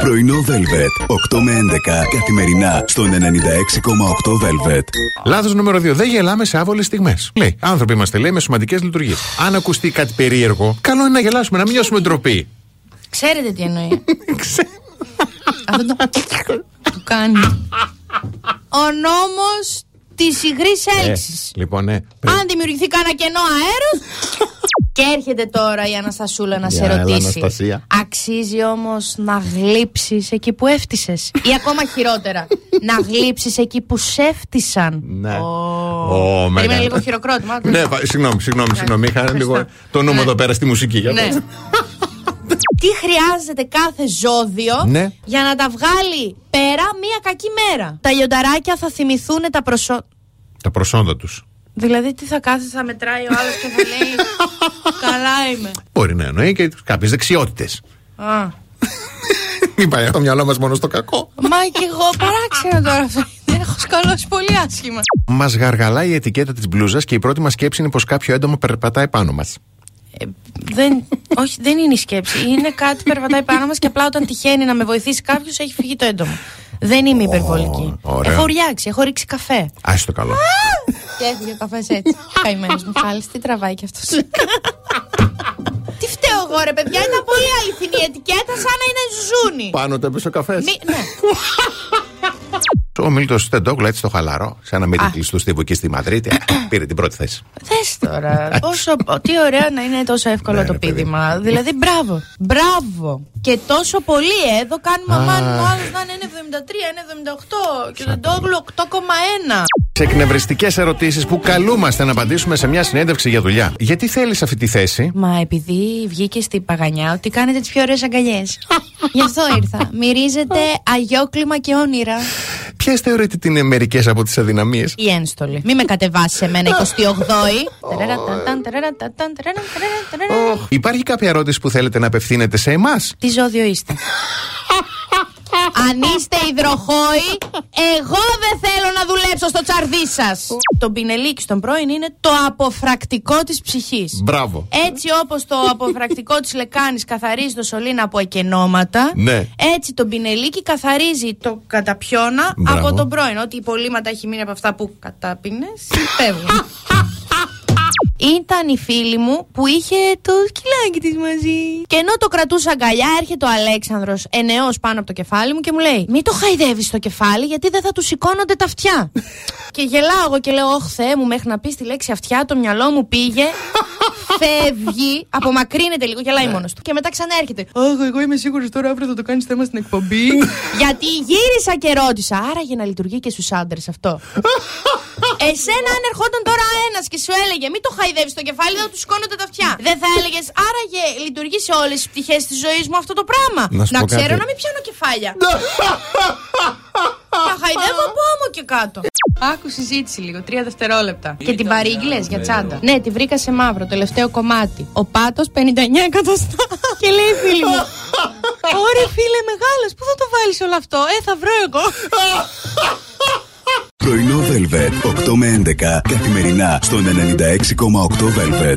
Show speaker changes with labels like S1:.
S1: Πρωινό Velvet. 8 με 11 καθημερινά στον 96,8 Velvet.
S2: Λάθος νούμερο 2. Δεν γελάμε σε άβολες στιγμές. Λέει, άνθρωποι είμαστε, λέει, με σωματικέ λειτουργίες. Αν ακουστεί κάτι περίεργο, καλό είναι να γελάσουμε, να μην νιώσουμε ντροπή.
S3: Ξέρετε τι εννοεί. Αυτό το. το κάνει. Ο νόμος της υγρής έλξης.
S2: Λοιπόν, ναι. Πρέπει-
S3: Αν δημιουργηθεί κανένα κενό αέρος Και έρχεται τώρα η Αναστασούλα να σε
S2: έλα,
S3: ρωτήσει.
S2: Αναστασία.
S3: Αξίζει όμως να γλύψεις εκεί που έφτισες Ή ακόμα χειρότερα, να γλύψεις εκεί που σέφτισαν.
S2: Ναι. Ω,
S3: Oh. Περίμενε
S2: μεγάλο.
S3: λίγο χειροκρότημα.
S2: Ναι, πα- συγγνώμη, συγγνώμη, συγγνώμη. Είχα
S3: ευχαριστώ.
S2: λίγο το νου μου
S3: Ναι.
S2: εδώ πέρα στη μουσική. για
S3: Ναι.
S2: πες.
S3: Τι χρειάζεται κάθε ζώδιο
S2: Ναι.
S3: για να τα βγάλει πέρα μία κακή μέρα. Τα λιονταράκια θα θυμηθούν τα προσώ...
S2: Τα προσόντα τους.
S3: Δηλαδή τι θα κάθεσαι, θα μετράει ο άλλος και θα λέει Καλά είμαι.
S2: Μπορεί να εννοεί και κάποιες δεξιότητες.
S3: Α.
S2: Μην πάει το μυαλό μας μόνο στο κακό.
S3: Μα και εγώ παράξενο τώρα αυτό. Δεν έχω σκαλώσει πολύ άσχημα.
S2: Μας γαργαλάει η ετικέτα της μπλούζας και η πρώτη μας σκέψη είναι πως κάποιο έντομο περπατάει πάνω μας.
S3: Δεν, όχι, δεν είναι η σκέψη. Είναι κάτι που περπατάει πάνω μας και απλά όταν τυχαίνει να με βοηθήσει κάποιος έχει φύγει το έντομο. Δεν είμαι υπερβολική.
S2: Ω, ωραία.
S3: έχω ριάξει, έχω ρίξει καφέ.
S2: Άσε το καλό.
S3: Και έφυγε ο καφές έτσι. Καημένος Μιχάλης, τι τραβάει κι αυτός. τι φταίω εγώ, ρε παιδιά, ήταν πολύ αληθινή η ετικέτα, σαν να είναι ζούνι.
S2: Πάνω το έπεσε ο καφές.
S3: Μη- ναι.
S2: Ο Μίλτο Στεντόγκλα έτσι το χαλαρό, σε ένα μύτη κλειστού τύπου εκεί στη Μαδρίτη, ε, πήρε την πρώτη θέση.
S3: Δε τώρα. πόσο, τι ωραία να είναι τόσο εύκολο
S2: Ναι,
S3: το
S2: ρε, παιδί.
S3: πίδημα. δηλαδή, μπράβο. Μπράβο. Και τόσο πολύ, ε, εδώ κάνουμε αμάν ο άλλος να είναι 1,73, 1,78 και τον τόγλου 8,1.
S2: Σε εκνευριστικέ ερωτήσεις που καλούμαστε να απαντήσουμε σε μια συνέντευξη για δουλειά. Γιατί θέλεις αυτή τη θέση,
S3: Μα επειδή βγήκε στην παγανιά ότι κάνετε τις πιο ωραίες αγκαλιές. Γι' αυτό ήρθα. Μυρίζετε αγιόκλημα και όνειρα.
S2: Ποιες θεωρείτε ότι είναι μερικές από τις αδυναμίες.
S3: Η ένστολη. Μη με κατεβάσεις σε μένα 28η. Τερερατατάν, τερερατατάν, τερεραν, τερεραν, τερεραν.
S2: Υπάρχει κάποια ερώτηση που θέλετε να απευθύνετε σε εμάς.
S3: Τι ζώδιο είστε. Αν είστε υδροχόοι, εγώ δεν θέλω να δουλέψω στο τσαρδί σας. Το πινελίκι στον πρώην είναι το αποφρακτικό της ψυχής.
S2: Μπράβο.
S3: Έτσι όπως το αποφρακτικό της λεκάνης καθαρίζει το σωλήνα από εκενώματα
S2: Ναι.
S3: Έτσι το πινελίκι καθαρίζει το καταπιώνα
S2: Μπράβο.
S3: από τον πρώην Ότι υπολείμματα έχει μείνει από αυτά που κατάπινες φεύγουν Ήταν η φίλη μου που είχε το σκυλάκι της μαζί Και ενώ το κρατούσα αγκαλιά έρχεται ο Αλέξανδρος ενεός πάνω από το κεφάλι μου και μου λέει Μη το χαϊδεύεις το κεφάλι γιατί δεν θα του σηκώνονται τα αυτιά και γελάω εγώ και λέω, Ωχ, Θεέ μου, μέχρι να πεις τη λέξη αυτιά, το μυαλό μου πήγε. Φεύγει, απομακρύνεται λίγο, γελάει μόνος του. Και μετά ξανά έρχεται. Αχ, εγώ είμαι σίγουρη τώρα αύριο θα το κάνεις θέμα στην εκπομπή. Γιατί γύρισα και ρώτησα. Άραγε να λειτουργεί και στους άντρες αυτό. Εσένα, αν ερχόταν τώρα ένας και σου έλεγε Μην το χαϊδεύεις το κεφάλι, θα τους σκόνονται τα αυτιά. Δεν θα έλεγες Άραγε λειτουργεί σε όλες τις πτυχές της ζωής μου αυτό το πράγμα.
S2: Να σου πω
S3: ξέρω
S2: κάτι.
S3: να μην πιάνω κεφάλια. Τα χαϊδεύω από ώμο και κάτω.
S4: Άκου συζήτηση λίγο, τρία δευτερόλεπτα.
S3: Και την παρήγγειλε για τσάντα. Ναι, τη βρήκα σε μαύρο, τελευταίο κομμάτι. Ο πάτος 59 εκατοστά. Και λέει η φίλη μου. Ωραία, φίλε, μεγάλος, πού θα το βάλεις όλο αυτό. Ε, θα βρω εγώ.
S1: Πρωινό Velvet. 8 με 11 καθημερινά στον 96,8 Velvet.